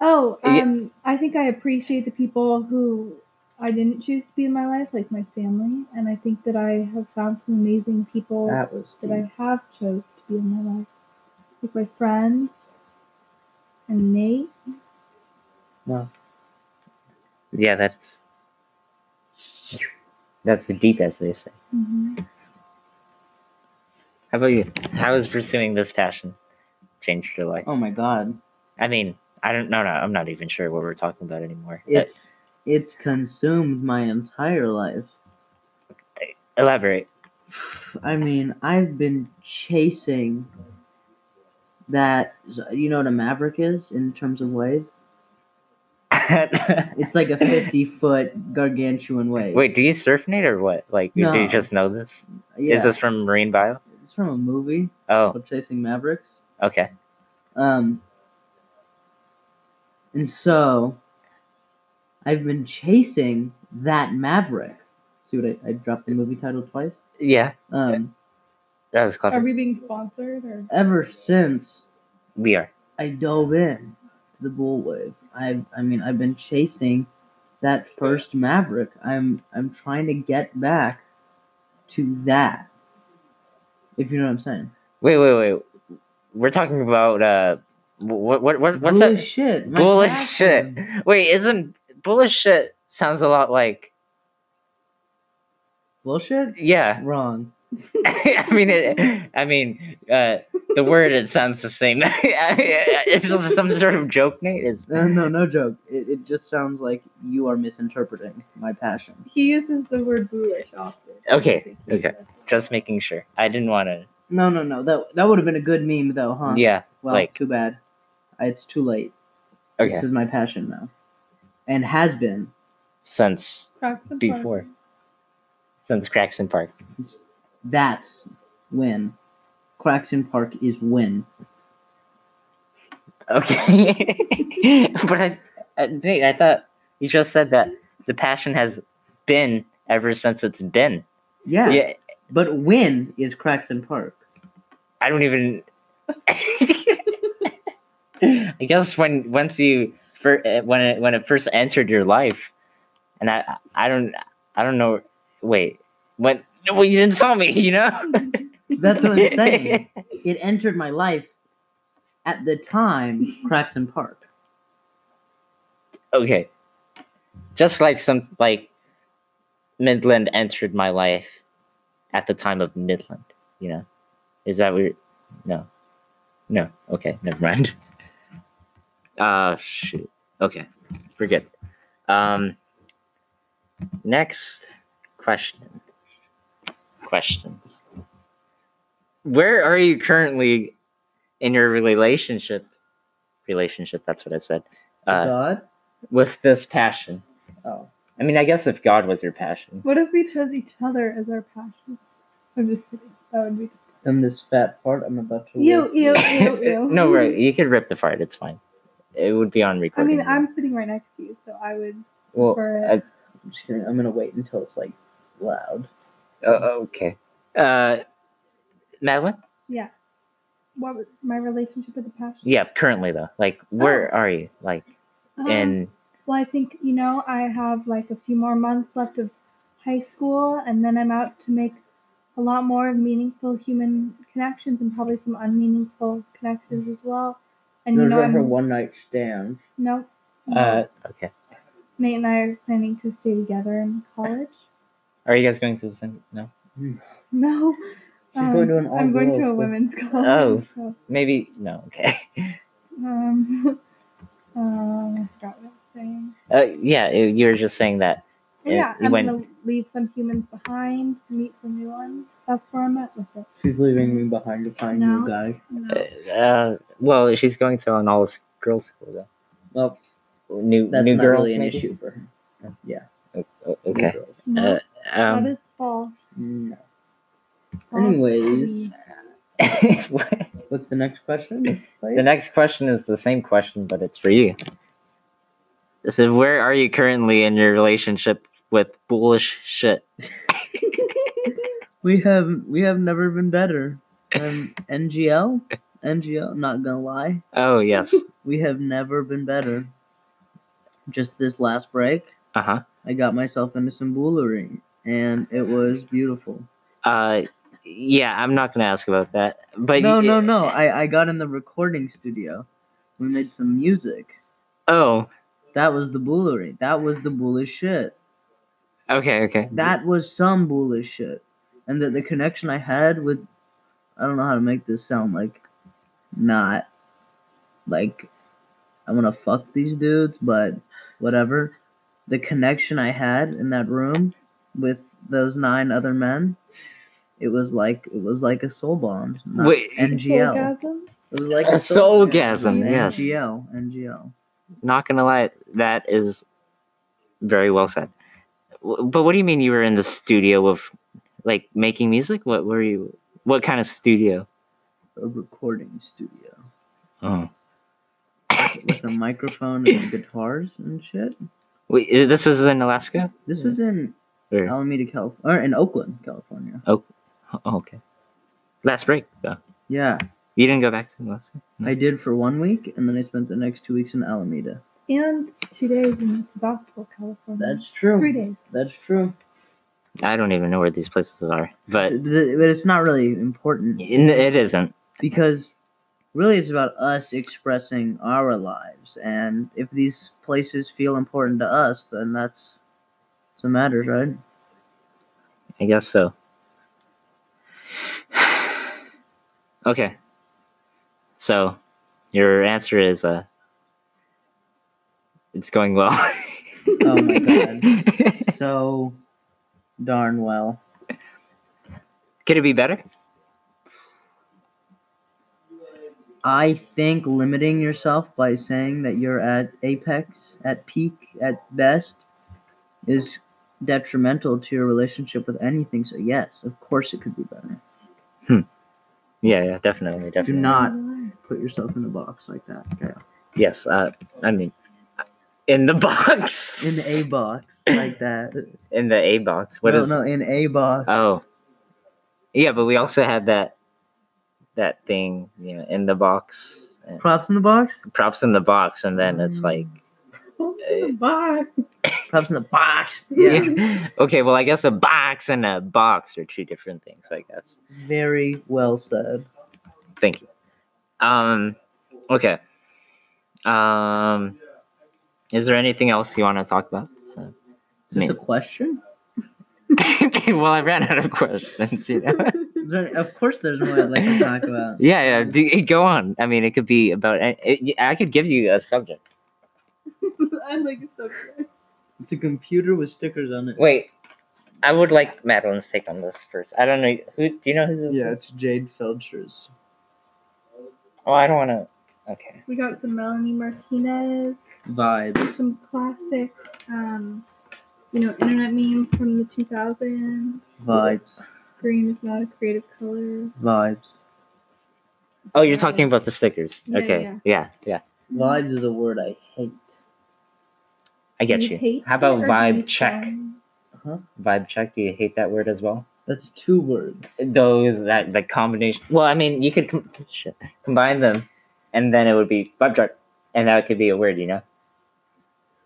S4: Oh,
S1: Yeah.
S4: um, I think I appreciate the people who I didn't choose to be in my life, like my family, and I think that I have found some amazing people that,
S2: That was
S4: Oh, I have chose to be in my life, like my friends and Nate.
S1: yeah, that's that's deep, as they say.
S4: Mhm.
S1: How about you? How has pursuing this passion changed your life?
S2: Oh my god.
S1: I mean, I don't know. No, I'm not even sure what we're talking about anymore. Uh,
S2: It's it's consumed my entire life.
S1: elaborate.
S2: I mean, I've been chasing that you know what a Maverick is in terms of waves? It's like a 50 foot gargantuan wave.
S1: Wait, do you surf Nate or what? Like, do
S2: No.
S1: you just know this?
S2: yeah.
S1: Is this from Marine Bio?
S2: it's from a movie
S1: Oh,
S2: called Chasing Mavericks.
S1: okay.
S2: Um, and so I've been chasing that Maverick. See what I, I dropped the movie title twice?
S1: Yeah,
S2: Um,
S1: that was
S4: Are
S1: clever.
S4: we being sponsored or?
S2: ever since
S1: We are.
S2: I dove in to the bull wave. I I mean I've been chasing that first Maverick. I'm I'm trying to get back to that. If you know what I'm saying.
S1: Wait, wait, wait. We're talking about uh, what, what, what what's
S2: Bullish
S1: that?
S2: shit. my
S1: Bullish
S2: passion.
S1: shit. Wait, isn't bullish shit sounds a lot like
S2: Bullshit?
S1: yeah.
S2: Wrong.
S1: I mean, it, I mean, uh, the word it sounds the same. it's just some sort of joke, Nate. Is
S2: No, Uh, no, no joke. It, it just sounds like you are misinterpreting my passion.
S4: He uses the word bullish often.
S1: Okay,
S4: I think he
S1: okay.
S4: does.
S1: just making sure. I didn't want to.
S2: No, no, no. That that would have been a good meme though, huh?
S1: Yeah.
S2: Well,
S1: like-
S2: too bad. I- It's too late.
S1: Okay.
S2: This is my passion now, and has been
S1: Since
S4: Cracks and
S1: Before.
S4: puns.
S1: since Craxton Park.
S2: That's when Claxton Park is when.
S1: Okay. but I, I, Nate, I thought you just said that the passion has been ever since it's been.
S2: Yeah.
S1: Yeah.
S2: But when is Claxton Park?
S1: I don't even. I guess when once you fir- uh, when it, when it first entered your life, and I I don't I don't know. Wait, what? Well, you didn't tell me. You know.
S2: That's what I'm saying. it entered my life at the time Claxton Park.
S1: okay. Just like some like Midland entered my life at the time of Midland, you know? Is that weird? No. No. Okay, never mind. Uh shoot. Okay. We're good. Um next question. Questions. Where are you currently in your relationship? Relationship, that's what I said. Uh,
S2: God.
S1: with this passion.
S2: Oh.
S1: I mean, I guess if God was your passion.
S4: What if we chose each other as our passion? I'm just kidding. That would be.
S2: And this fat part I'm about to.
S4: Ew, ew, ew, ew.
S1: no, right. You could rip the fart. It's fine. It would be on
S4: I
S1: recording.
S4: mean, I'm sitting right next to you, so I would
S1: Well,
S4: prefer it.
S1: I-
S2: I'm just gonna. I'm gonna wait until it's like loud.
S1: uh, okay. Uh, Madeline?
S4: yeah. What was my relationship with the passion?
S1: Yeah, currently, though. Like,
S4: Oh.
S1: where are you? Like,
S4: Um,
S1: in.
S4: Well, I think, you know, I have like a few more months left of high school, and then I'm out to make a lot more meaningful human connections and probably some unmeaningful connections as well. And, you
S2: Those
S4: know,
S2: are her
S4: I'm,
S2: one night stand.
S4: no,
S1: Uh, okay.
S4: Nate and I are planning to stay together in college.
S1: Are you guys going to the same? No?
S4: No,
S2: She's
S4: um,
S2: going to an all
S4: I'm going to a
S2: girls thing.
S4: women's college.
S1: Oh.
S4: so,
S1: Maybe. No, okay.
S4: um, uh, I forgot what I was saying.
S1: Uh, yeah, you you were just saying that.
S4: But yeah,
S1: you
S4: I'm
S1: went-
S4: going to leave some humans behind to meet some new ones. That's where I'm at with it.
S2: She's leaving me behind to find
S4: No.
S2: you guys.
S4: No.
S1: Uh, well, she's going to an all girls school, though.
S2: Well,
S1: New,
S2: that's
S1: new
S2: not
S1: girls,
S2: really an
S1: maybe?
S2: issue for her. Yeah.
S1: O-
S2: new
S1: Okay.
S2: girls.
S4: No,
S1: Um,
S4: that is false.
S2: No.
S4: False.
S2: Anyways,
S1: what?
S2: what's the next question? please?
S1: The next question is the same question, but it's for you. It said, Where are you currently in your relationship with bullish shit?
S2: We have we have never been better. Um, NGL, NGL. Not gonna lie,
S1: Oh, yes.
S2: we have never been better. Just this last break,
S1: Uh huh.
S2: I got myself into some boulery, and it was beautiful.
S1: Uh, yeah, I'm not going to ask about that. But
S2: no,
S1: y-
S2: no, no. I I got in the recording studio. We made some music.
S1: Oh,
S2: That was the boulery. That was the bullish shit.
S1: okay, okay.
S2: That was some bullish shit. And that the connection I had with I don't know how to make this sound like not like I want to fuck these dudes, but whatever. The connection I had in that room with those nine other men, it was like it was like a soul bond. not
S1: Wait.
S2: NGL.
S4: Orgasm?
S2: It was like
S1: A
S2: a soul bond,
S1: soulgasm,
S2: not
S1: yes.
S2: NGL, NGL.
S1: Not gonna lie, that is very well said. W- But what do you mean you were in the studio of like making music? What were you? What kind of studio?
S2: A recording studio
S1: Oh.
S2: with a microphone and guitars and shit.
S1: Wait, i- this is in Alaska?
S2: This was in
S1: Or-
S2: Alameda, California, or in Oakland, California.
S1: oh, okay. Last break, though.
S2: Yeah,
S1: You didn't go back to Alaska?
S2: I did for one week, and then I spent the next two weeks in Alameda.
S4: And two days in Sebastopol, California.
S2: That's true.
S4: three days.
S2: That's true.
S1: I don't even know where these places are, but
S2: Th- th- But it's not really important
S1: in, it isn't.
S2: because really it's about us expressing our lives, and if these places feel important to us, then that's that's what matters, right?
S1: I guess so. okay. So, your answer is uh, it's going well.
S2: Oh my god, so darn well.
S1: Could it be better?
S2: I think limiting yourself by saying that you're at apex, at peak, at best, is detrimental to your relationship with anything. So, yes, of course it could be better.
S1: Yeah, yeah, definitely, definitely.
S2: Do not put yourself in a box like that. Okay.
S1: Yes, uh, I mean, in the box.
S2: In a box like that.
S1: in the A box. What
S2: no,
S1: is?
S2: no, in a box.
S1: Oh, yeah, but we also had that that thing, you know, in the box, uh,
S2: Props in the box?
S1: props in the box, and then it's like,
S4: Oh, bye.
S2: Props in the box. Yeah.
S1: yeah, okay, well, I guess a box and a box are two different things, I guess.
S2: Very well said.
S1: Thank you. Um, okay. Um, is there anything else you want to talk about?
S2: Is this
S1: Me.
S2: a question?
S1: well, I ran out of questions. You know?
S2: Is there- of course there's more I'd like to talk about.
S1: yeah, yeah. d- Go on. I mean, it could be about. a- It, I could give you a subject.
S4: I like it so good.
S2: It's a computer with stickers on it.
S1: Wait, I would like Madeline's take on this first. I don't know who. Do you know who this
S2: Yeah,
S1: is?
S2: it's Jade Felcher's.
S1: Oh, I don't want to. Okay.
S4: We got some Melanie Martinez,
S2: vibes.
S4: some classic, um, you know, internet memes from the 2000s.
S2: Vibes.
S4: Green is not a creative color.
S2: Vibes.
S1: Oh, you're talking about the stickers.
S4: Yeah,
S1: okay.
S4: yeah.
S1: Yeah. yeah,
S2: Vibes is a word I hate.
S1: I get
S4: Do
S1: you.
S4: hate
S1: How about
S4: it or do you
S1: vibe check?
S4: um,
S1: Vibe check. Do you hate that word as well?
S2: That's two words.
S1: Those that that combination. Well, I mean, you could com- shit, combine them, and then it would be vibe check, and that could be a word. You know,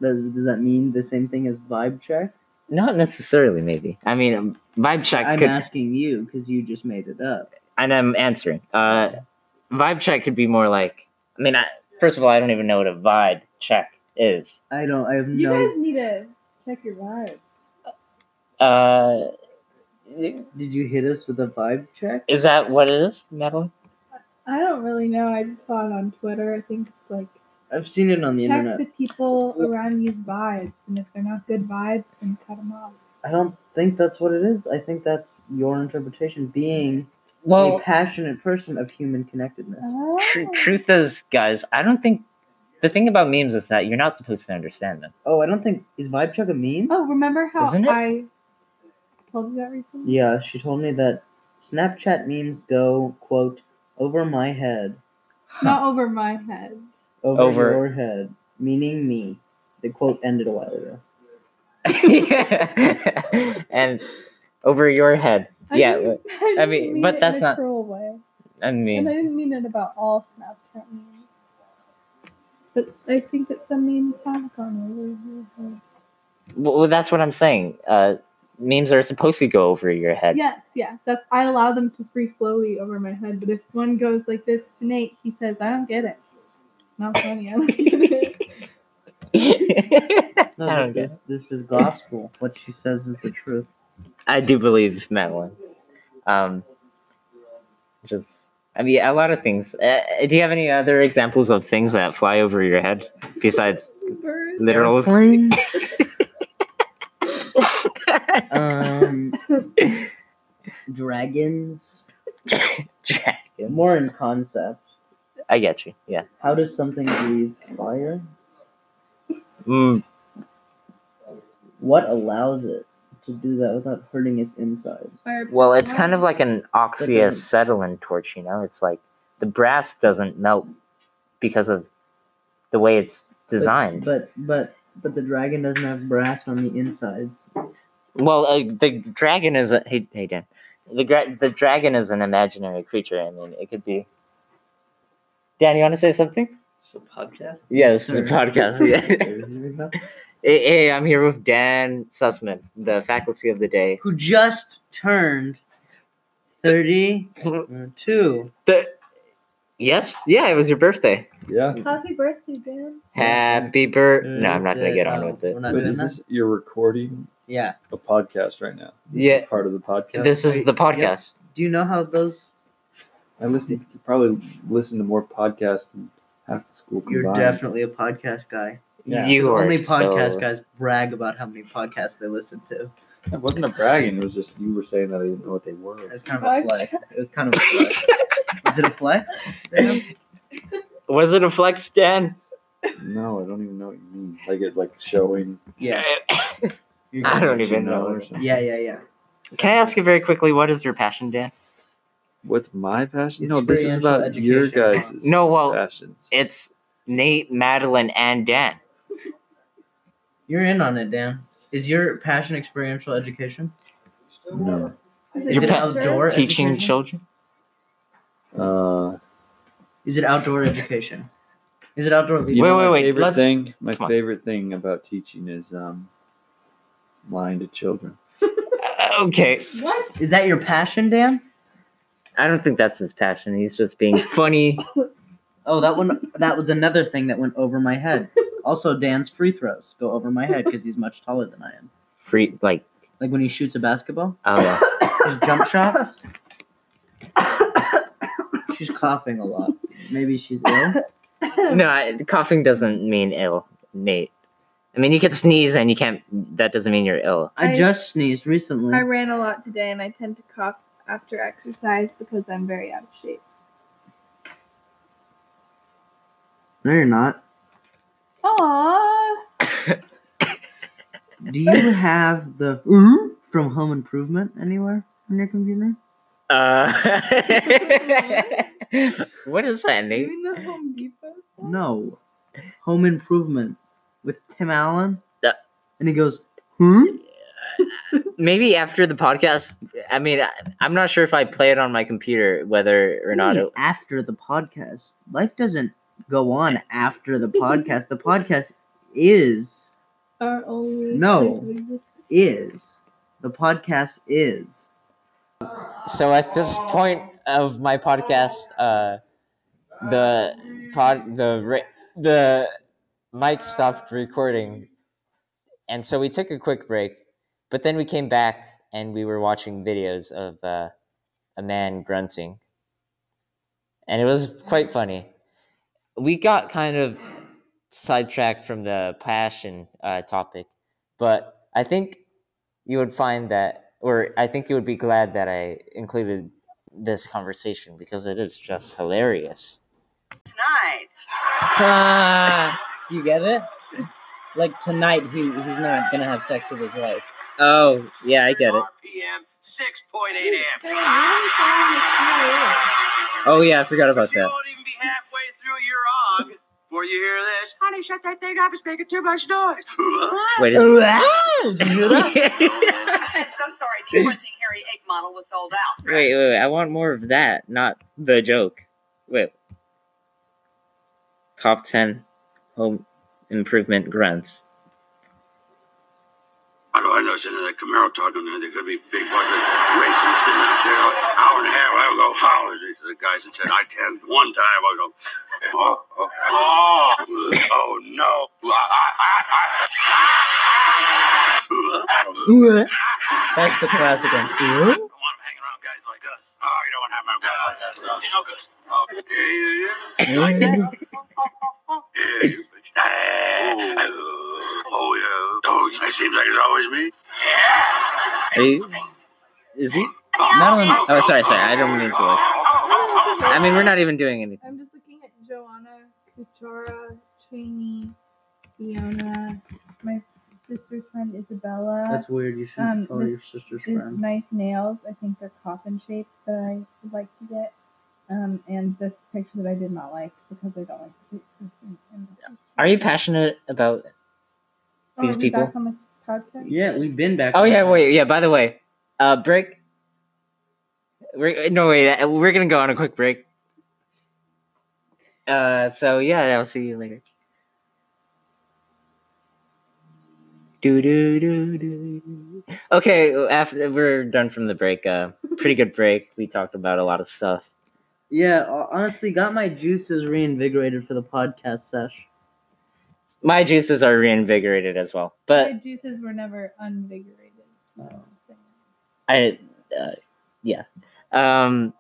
S2: Does, does that mean the same thing as vibe check?
S1: not necessarily. Maybe. I mean, um, vibe check.
S2: I'm
S1: could,
S2: asking you because you just made it up.
S1: and I'm answering. Uh, vibe check could be more like. I mean, I, first of all, I don't even know what a vibe check is.
S2: I don't. I have
S4: You
S2: no.
S4: guys need to check your vibe.
S1: Uh,
S2: Did you hit us with a vibe check?
S1: is that what it is, Madeline?
S4: I don't really know. I just saw it on Twitter. I think it's like
S2: I've seen it on the
S4: check
S2: internet.
S4: the people around you's vibes, and if they're not good vibes, then cut them off.
S2: I don't think that's what it is. I think that's your interpretation. Being a
S1: Well,
S2: passionate person of human connectedness.
S1: tr-
S4: Ah.
S1: truth is, guys, I don't think the thing about memes is that you're not supposed to understand them.
S2: Oh, I don't think is vibe check a meme.
S4: Oh, remember how
S1: Isn't it?
S4: I told you that recently?
S2: Yeah, she told me that Snapchat memes go quote over my head.
S4: Not over my head.
S2: over,
S1: Over-
S2: your head, meaning me. The quote ended a while ago.
S1: and over your head.
S4: I
S1: yeah,
S4: didn't-
S1: I
S4: didn't
S1: mean, but
S4: it
S1: that's
S4: in a
S1: not-
S4: cruel way,
S1: I
S4: and I
S1: mean,
S4: didn't mean it about all Snapchat memes. But I think that some memes have gone over. your
S1: well, that's what I'm saying. Uh, memes are supposed to go over your head.
S4: head. Yes, yeah. That's I allow them to free flowy over my head, but if one goes like this to Nate, he says, "I don't get it." Not funny. I don't get it.
S2: No,
S1: I don't
S2: this
S1: get
S2: is this is gospel. What she says is the truth.
S1: I do believe Madeline. Um, Just, I mean, a lot of things. Uh, do you have any other examples of things that fly over your head besides
S4: Birds.
S1: literal?
S2: Airplanes. um, dragons.
S1: Dragon.
S2: More in concept.
S1: I get you. Yeah.
S2: How does something breathe fire?
S1: Mm,
S2: What allows it to do that without hurting its insides?
S4: Or-
S1: well, it's kind of like an
S2: Good
S1: oxyacetylene torch, you know? It's like the brass doesn't melt because of the way it's designed.
S2: But but but the dragon doesn't have brass on the insides.
S1: Well, uh, the dragon is a hey, hey Dan. The gra- the dragon is an imaginary creature. I mean, it could be. Dan, you want to say something?
S5: So podcast.
S1: Yes,
S2: Sure.
S1: podcast. Yeah.
S2: Who
S1: hey, hey, I'm here with Dan Sussman, the faculty of the day.
S2: just turned thirty-two.
S1: The- yes, yeah, it was your birthday.
S5: Yeah.
S4: Happy birthday, Dan.
S1: Happy birth. No, I'm not gonna get on with it.
S2: We're not
S5: But
S2: doing
S5: is
S2: that.
S5: this you're recording
S2: Yeah.
S5: a podcast right now? This is
S1: Yeah.
S5: Part of the podcast.
S1: This is the podcast.
S2: Do you know how those?
S5: I listen to probably listen to more podcasts than half the school combined.
S2: You're definitely a podcast guy.
S5: Yeah.
S1: You are
S2: Only podcast
S1: so-
S2: guys brag about how many podcasts they listen to.
S5: It wasn't a bragging. It was just you were saying that I didn't know what they were.
S2: It's kind of a flex.
S4: Podcast.
S2: It was kind of a flex. Is it a flex? Dan?
S1: Was it a flex, Dan?
S5: No, I don't even know what you mean. Like it, like showing.
S2: Yeah. You're
S1: I
S2: good.
S1: don't
S5: what you
S1: even know.
S5: or something.
S2: Yeah, yeah, yeah.
S1: Can I ask you very quickly? What is your passion, Dan?
S5: What's my passion?
S2: It's
S5: no, this is
S2: experiential
S5: about your guys.
S2: education.
S1: No, well,
S5: passions.
S1: It's Nate, Madeline, and Dan.
S2: You're in on it, Dan. Is your passion experiential education?
S5: No.
S4: Is
S1: Your
S2: Is it
S1: pa-
S2: outdoor
S1: Teaching
S2: education?
S1: children.
S5: Uh,
S2: Is it outdoor education? Is it outdoor
S5: you
S2: leadership?
S1: Wait,
S5: know,
S1: wait,
S5: my
S1: wait,
S5: Favorite
S1: let's-
S5: thing, my
S1: come on.
S5: favorite thing about teaching is um, lying to children.
S1: Uh, okay.
S4: What?
S2: Is that your passion, Dan?
S1: I don't think that's his passion. He's just being funny.
S2: Oh, that one. That was another thing that went over my head. Also, Dan's free throws go over my head because he's much taller than I am.
S1: Free, like,
S2: Like when he shoots a basketball,
S1: oh, yeah.
S2: his jump shots. She's coughing a lot. Maybe she's ill.
S1: no, I, coughing doesn't mean ill, Nate. I mean, you can sneeze and you can't, that doesn't mean you're ill.
S2: I
S4: I-
S2: just sneezed recently.
S4: I ran a lot today and I tend to cough after exercise because I'm very out of shape.
S2: No, you're not.
S4: Aww.
S2: Do you have the "uh" from Home Improvement anywhere on your computer?
S1: Uh, what is that, Nate?
S4: Even the Home Depot. stuff?
S2: No. Home Improvement with Tim Allen.
S1: Yeah.
S2: And he goes, hmm?
S1: Maybe after the podcast, I mean, I, I'm not sure if I play it on my computer, whether or not.
S2: Only
S1: It,
S2: After the podcast. Life doesn't go on after the podcast. The podcast is,
S4: Our only
S2: No.
S4: place of existence.
S2: is. The podcast is.
S7: so at this point of my podcast uh the pod the re- the mic stopped recording and so we took a quick break but then we came back and we were watching videos of uh, a man grunting and it was quite funny we got kind of sidetracked from the passion uh, topic but i think you would find that, or I think you would be glad that I included this conversation because it is just hilarious.
S2: do you get it? Like tonight, he, he's not going to have sex with his wife.
S1: oh, yeah, I get it.
S8: RPM, 6.8 amp.
S1: Oh, yeah, I forgot about
S8: You
S1: that.
S8: won't even be halfway through your og before you hear this. Honey, shut that thing up. It's making too much noise.
S1: Wait, wait,
S9: I'm so sorry. The Quentin Harry egg model was sold out.
S1: wait, wait, I want more of that, not the joke. Wait. Top 10 home improvement grunts.
S8: How do I know it's another Camaro talking to There could be big fucking racist in out there. An hour and a half, I was going, how is it? To the guys and said, I tend one time. I was going, oh, oh, oh, oh no. I
S2: That's the classic one.
S8: don't want them hanging around guys like us. Oh, you don't want to have my no good. Oh, Yeah, yeah, yeah. Like that. Yeah, you bitch. Oh, yeah. Oh, it seems like it's always me.
S10: Are you, is he? Madeline. Oh, sorry, sorry. I don't mean to. Like, I mean, we're not even doing anything.
S4: I'm just looking at Joanna, Kuchara, Cheney, Fiona, my sister's friend Isabella.
S11: That's weird. You should
S4: Um,
S11: not call
S4: this-
S11: your sister's
S4: These
S11: friend.
S4: nice nails. I think they're coffin shaped that I would like to get. Um, and this picture that I did not like because I don't like the pictures.
S1: Are you passionate about? these
S4: are we back
S1: people?
S4: on the podcast?
S11: Yeah, we've been back.
S1: Oh
S11: on
S1: yeah,
S11: that.
S1: wait, yeah. By the way, uh, break. We're, no wait, uh, we're gonna go on a quick break. Uh, so yeah, I'll see you later. Do do do do. Okay, after we're done from the break, uh, pretty good break. We talked about a lot of stuff.
S11: Yeah, ho- honestly, got my juices reinvigorated for the podcast sesh.
S1: My juices are reinvigorated as well, but
S4: My juices were never unvigorated.
S1: Oh. I, uh, yeah. Um,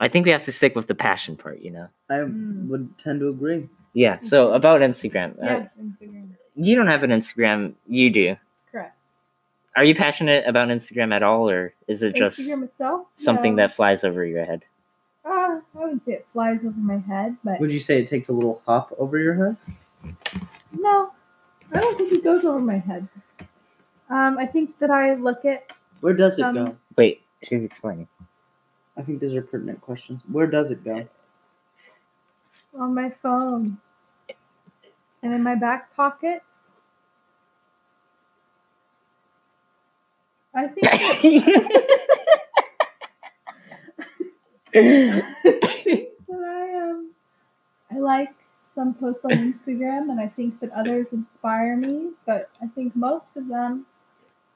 S1: I think we have to stick with the passion part, you know.
S11: I
S2: Hmm.
S4: Mm.
S11: would tend to agree.
S1: Yeah. So about Instagram, uh,
S4: Mm-hmm. Yeah, Instagram.
S1: you don't have an Instagram. You do.
S4: Correct.
S1: Are you passionate about Instagram at all, or is it just
S4: Instagram itself?
S1: something
S4: No.
S1: that flies over your head?
S4: Uh, I wouldn't say it flies over my head, but
S11: Would you say it takes a little hop over your head?
S4: no, I don't think it goes over my head. Um, I think that I look at
S11: Where does it
S4: Um,
S11: go?
S1: Wait, she's explaining.
S11: I think these are pertinent questions. Where does it go?
S4: on my phone and in my back pocket. I think that I um I like some posts on Instagram and I think that others inspire me, but I think most of them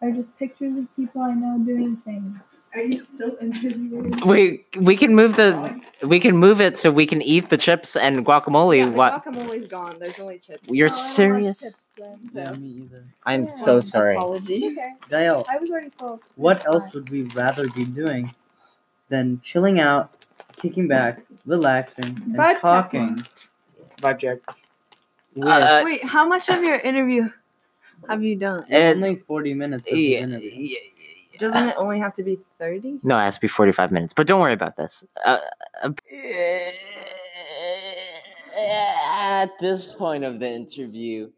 S4: are just pictures of people I know doing things.
S12: Are you still interviewing?
S1: Wait, we can move the we can move it so we can eat the chips and guacamole.
S12: Yeah,
S1: what?
S12: The guacamole's gone. There's only chips.
S1: You're
S4: Oh, I don't like
S1: serious?
S4: tips then.
S12: Yeah,
S11: me either.
S1: I'm
S4: Yeah.
S1: so sorry.
S12: Apologies.
S4: Okay.
S11: Gael,
S4: I was already full.
S11: what else would we rather be doing than chilling out, kicking back, relaxing, and
S4: Vibe check.
S11: talking?
S5: Vibe check.
S11: with
S1: Uh,
S12: Wait, how much of your interview have you done?
S1: and-
S11: only 40 minutes of the
S1: Yeah,
S11: interview.
S1: yeah,
S12: Doesn't it only have to be 30?
S1: No, it has to be 45 minutes, but don't worry about this. Uh, uh, Eh, at this point of the interview,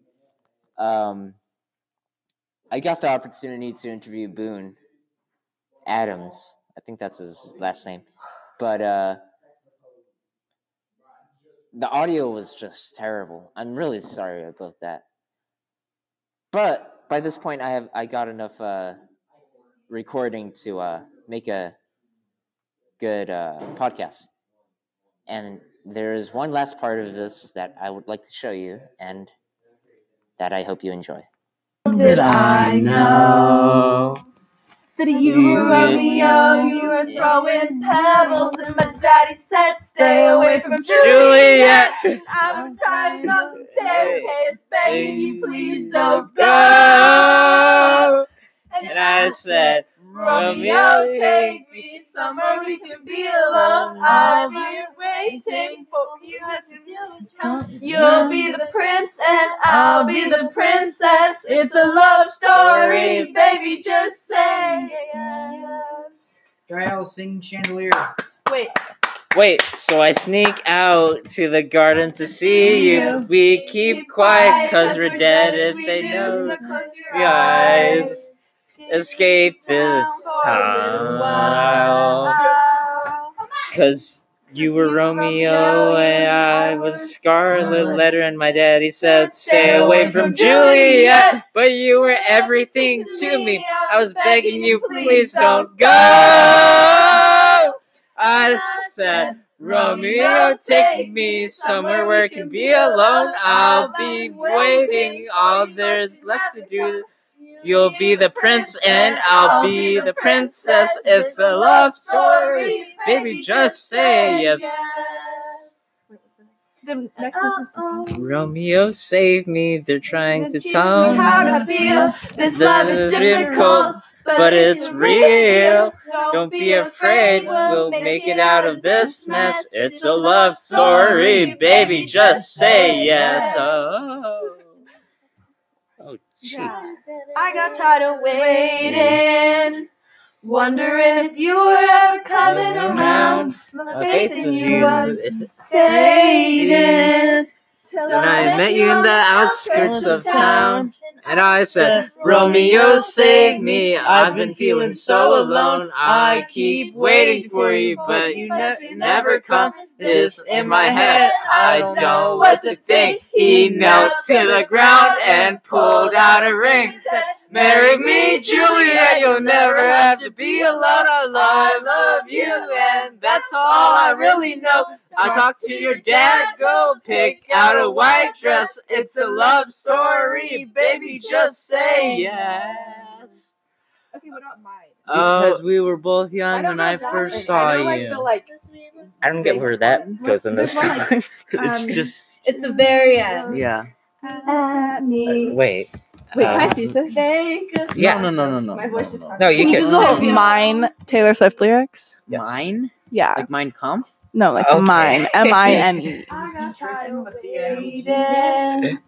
S1: um, I got the opportunity to interview Boone Adams. I think that's his last name. But uh, the audio was just terrible. I'm really sorry about that. But by this point, I have I got enough. Uh, recording to uh, make a good uh, podcast. And there is one last part of this that I would like to show you and that I hope you enjoy.
S4: Did I know
S12: That
S11: You were would-
S12: oh,
S4: Romeo, you were throwing pebbles,
S12: and my daddy said, stay away from
S1: Juliet!
S12: I
S4: was hiding on
S12: the
S11: staircase, begging you, please don't
S1: go.
S12: And
S1: said,
S12: Romeo, take me somewhere we can be alone. I'll be waiting for you to deal with me. You'll be the prince and I'll be the princess. It's a love story, baby. Just say yes.
S11: Gael, sing chandelier.
S12: Wait,
S1: Wait, so I sneak out to the garden to see you. We keep quiet, cause we're dead if they know. the eyes. Escape this town. Cause you were Romeo and I was Scarlet Letter, and my daddy said, Stay away from Juliet. But you were everything to me. I was begging you, please don't go. I said, Romeo, take me somewhere where I can be alone. I'll be waiting. All there's left to do. You'll be the prince and I'll be the princess. It's a love story. Baby, just say yes.
S4: The next is
S12: Uh-oh.
S1: Romeo, save me. They're trying to
S12: Teach me
S1: tell me.
S12: how to feel. This love
S1: This
S12: is
S1: is
S12: difficult.
S4: but it's real. Don't be afraid, we'll make it out of this mess. It's a love story, baby, just say yes.
S1: Oh. Oh, jeez.
S4: I got tired of waiting, wondering if you were ever coming around. My faith in you was fading. Till
S12: Then
S4: I met you in the outskirts of town.
S12: And I said, Romeo, save me. I've been feeling so alone. I keep waiting for you, but you ne- never come. This in my head, I don't know what to think. He knelt to the ground and pulled out a ring. Said, Marry me, Juliet. You'll never have to be alone. I love you, and that's all I really know. I talked to your dad, go pick out a white dress. It's a love story, baby, just say yes.
S3: Okay, what about mine?
S2: Because we were both young
S3: don't
S2: when
S3: know
S2: I
S3: that
S2: first
S3: one.
S2: saw
S3: I know, like,
S2: you.
S3: the, like,
S1: I don't get where that goes in
S3: There's
S1: this.
S3: one, like,
S2: it's
S3: um,
S2: just
S4: It's the very end.
S2: yeah.
S3: at me.
S1: uh, Wait.
S9: Wait,
S1: uh,
S9: can I see this?
S4: Thank us.
S1: Yeah.
S2: No, no, no, no, no.
S3: My voice just
S1: No, you can.
S9: Google mine Taylor Swift lyrics.
S1: Yes.
S2: Mine?
S9: Yeah.
S2: Like mine comp?
S9: no, like
S1: Okay.
S9: mine. M I N E.
S4: I got tired of waiting.
S3: waiting.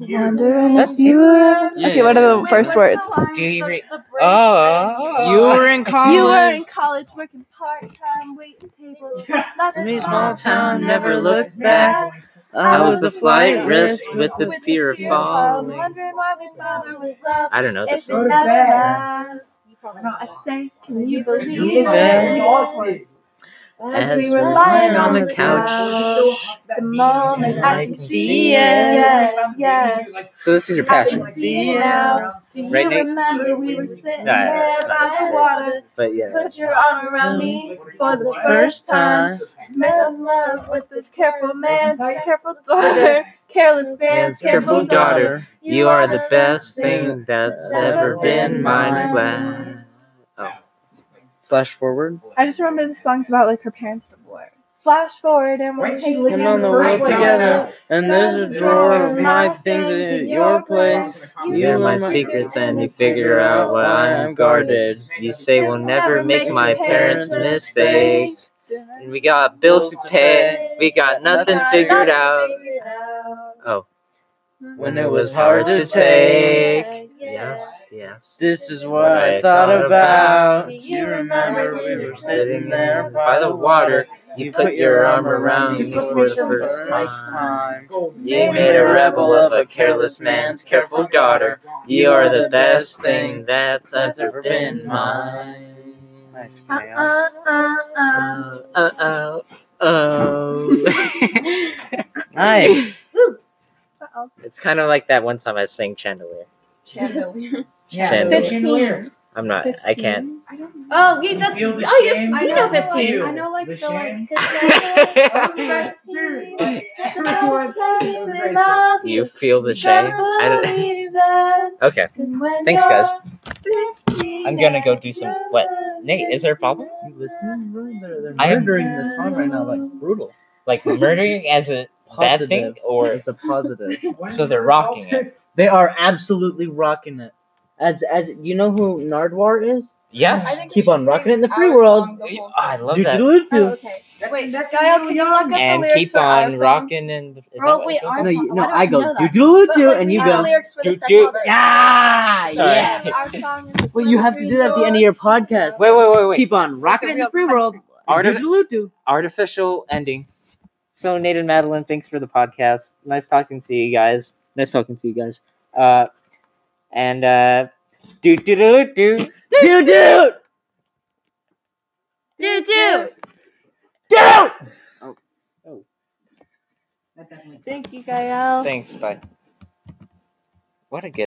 S9: Wondering
S1: That's-
S9: if you were.
S2: Yeah,
S9: okay, what
S2: yeah,
S9: are the
S2: yeah.
S9: first
S4: Wait,
S9: words?
S4: what's the line?
S1: Do you
S4: The-
S1: re-
S4: the bridge
S1: Oh.
S2: You were in college.
S9: You were in
S3: college working part time, waiting tables. Left
S2: In a small town, never looked back.
S3: back.
S2: I was a Oh, flight risk with the fear of falling.
S3: Wondering why we bother with love.
S1: I don't know this
S3: If it
S1: song.
S3: never lasts. I say, can you believe
S2: believe
S3: it?
S12: As we
S3: were lying on the couch, The moment I can see it. Yes, yes.
S1: So this is your
S3: I
S1: passion,
S3: can see it now. Do you
S1: Right, Nick?
S3: remember we were sitting
S1: No,
S3: there
S1: it's
S3: by
S1: not
S3: the
S1: necessary.
S3: water?
S1: but yeah.
S3: Put your arm around me for the
S2: First
S3: first time.
S2: time.
S3: Fell in love with the careful man's careful daughter, careless man's careful
S1: careful
S3: daughter.
S1: daughter. You are the best thing that's ever been mine. Flat.
S2: Flash forward.
S3: I just remember the song's about like her parents' divorce. Flash forward and we're taking
S2: And on the way
S3: first
S2: together, and there's a drawer of my things in your place.
S1: You know my secrets and you figure out why I'm guarded. You say we'll never make my parents' mistakes. And we got bills to pay. We got nothing figured out. Oh,
S2: When it was hard to take.
S1: Yes, yes.
S2: This is what I thought about. Do you remember we were sitting there by the water?
S1: You put your arm around me for the first time.
S2: You made a rebel of a careless man's careful daughter.
S1: You are the best thing that's ever been mine.
S2: Nice.
S3: uh,
S1: Uh oh, oh.
S2: Nice.
S1: It's kind of like that one time I sang Chandelier.
S4: Chandelier.
S1: Chandelier. I'm not. I can't.
S4: Oh, wait, that's
S9: Feel the
S4: oh, you're,
S9: shame
S4: I know
S9: of
S4: fifteen.
S9: you.
S4: I know like the,
S9: The
S4: like.
S9: shame.
S4: the Seriously.
S1: You feel the shame. I don't. Okay. Thanks, guys. I'm gonna go do some. What? Nate, is there a problem? I
S2: I am
S1: am-
S2: during this song right now, like brutal.
S1: Like murdering as a bad thing, or
S2: it's a positive.
S1: so they're rocking it?
S2: They are absolutely rocking it. As as you know who Nardwar is?
S1: Yes.
S2: Keep on rocking it in the free world. uh,
S1: Oh, I love
S2: Do,
S1: that.
S2: do, do,
S4: Oh,
S2: do.
S4: okay. Wait, Guile, can you look up
S1: And
S4: the lyrics
S1: keep
S4: for our
S1: on
S4: song?
S1: rocking and. Is that
S4: Oh,
S1: what it
S4: wait,
S1: goes?
S4: our
S2: No, you,
S4: song-
S2: no,
S4: why don't
S2: I
S4: we know
S2: go do
S4: that?
S2: do
S4: But,
S2: do,
S4: like,
S2: and
S4: we
S2: you
S4: know the
S2: go.
S4: lyrics for the
S1: Do,
S4: second
S1: do.
S4: verse.
S2: Ah,
S1: Sorry.
S2: yes.
S4: Yes, our song is
S2: Well, you have to do that at the end of your podcast.
S1: Wait, wait, wait, wait.
S2: Keep on rocking it in the free world.
S1: Art
S2: Do,
S1: of-
S2: do, do.
S1: artificial ending. So Nate and Madeline, thanks for the podcast. Nice talking to you guys. Nice talking to you guys. Uh, and uh, do do do do.
S2: Do, do,
S4: Do do.
S2: do.
S9: Oh.
S4: Thank you, Gael.
S1: Thanks. Bye. What a good.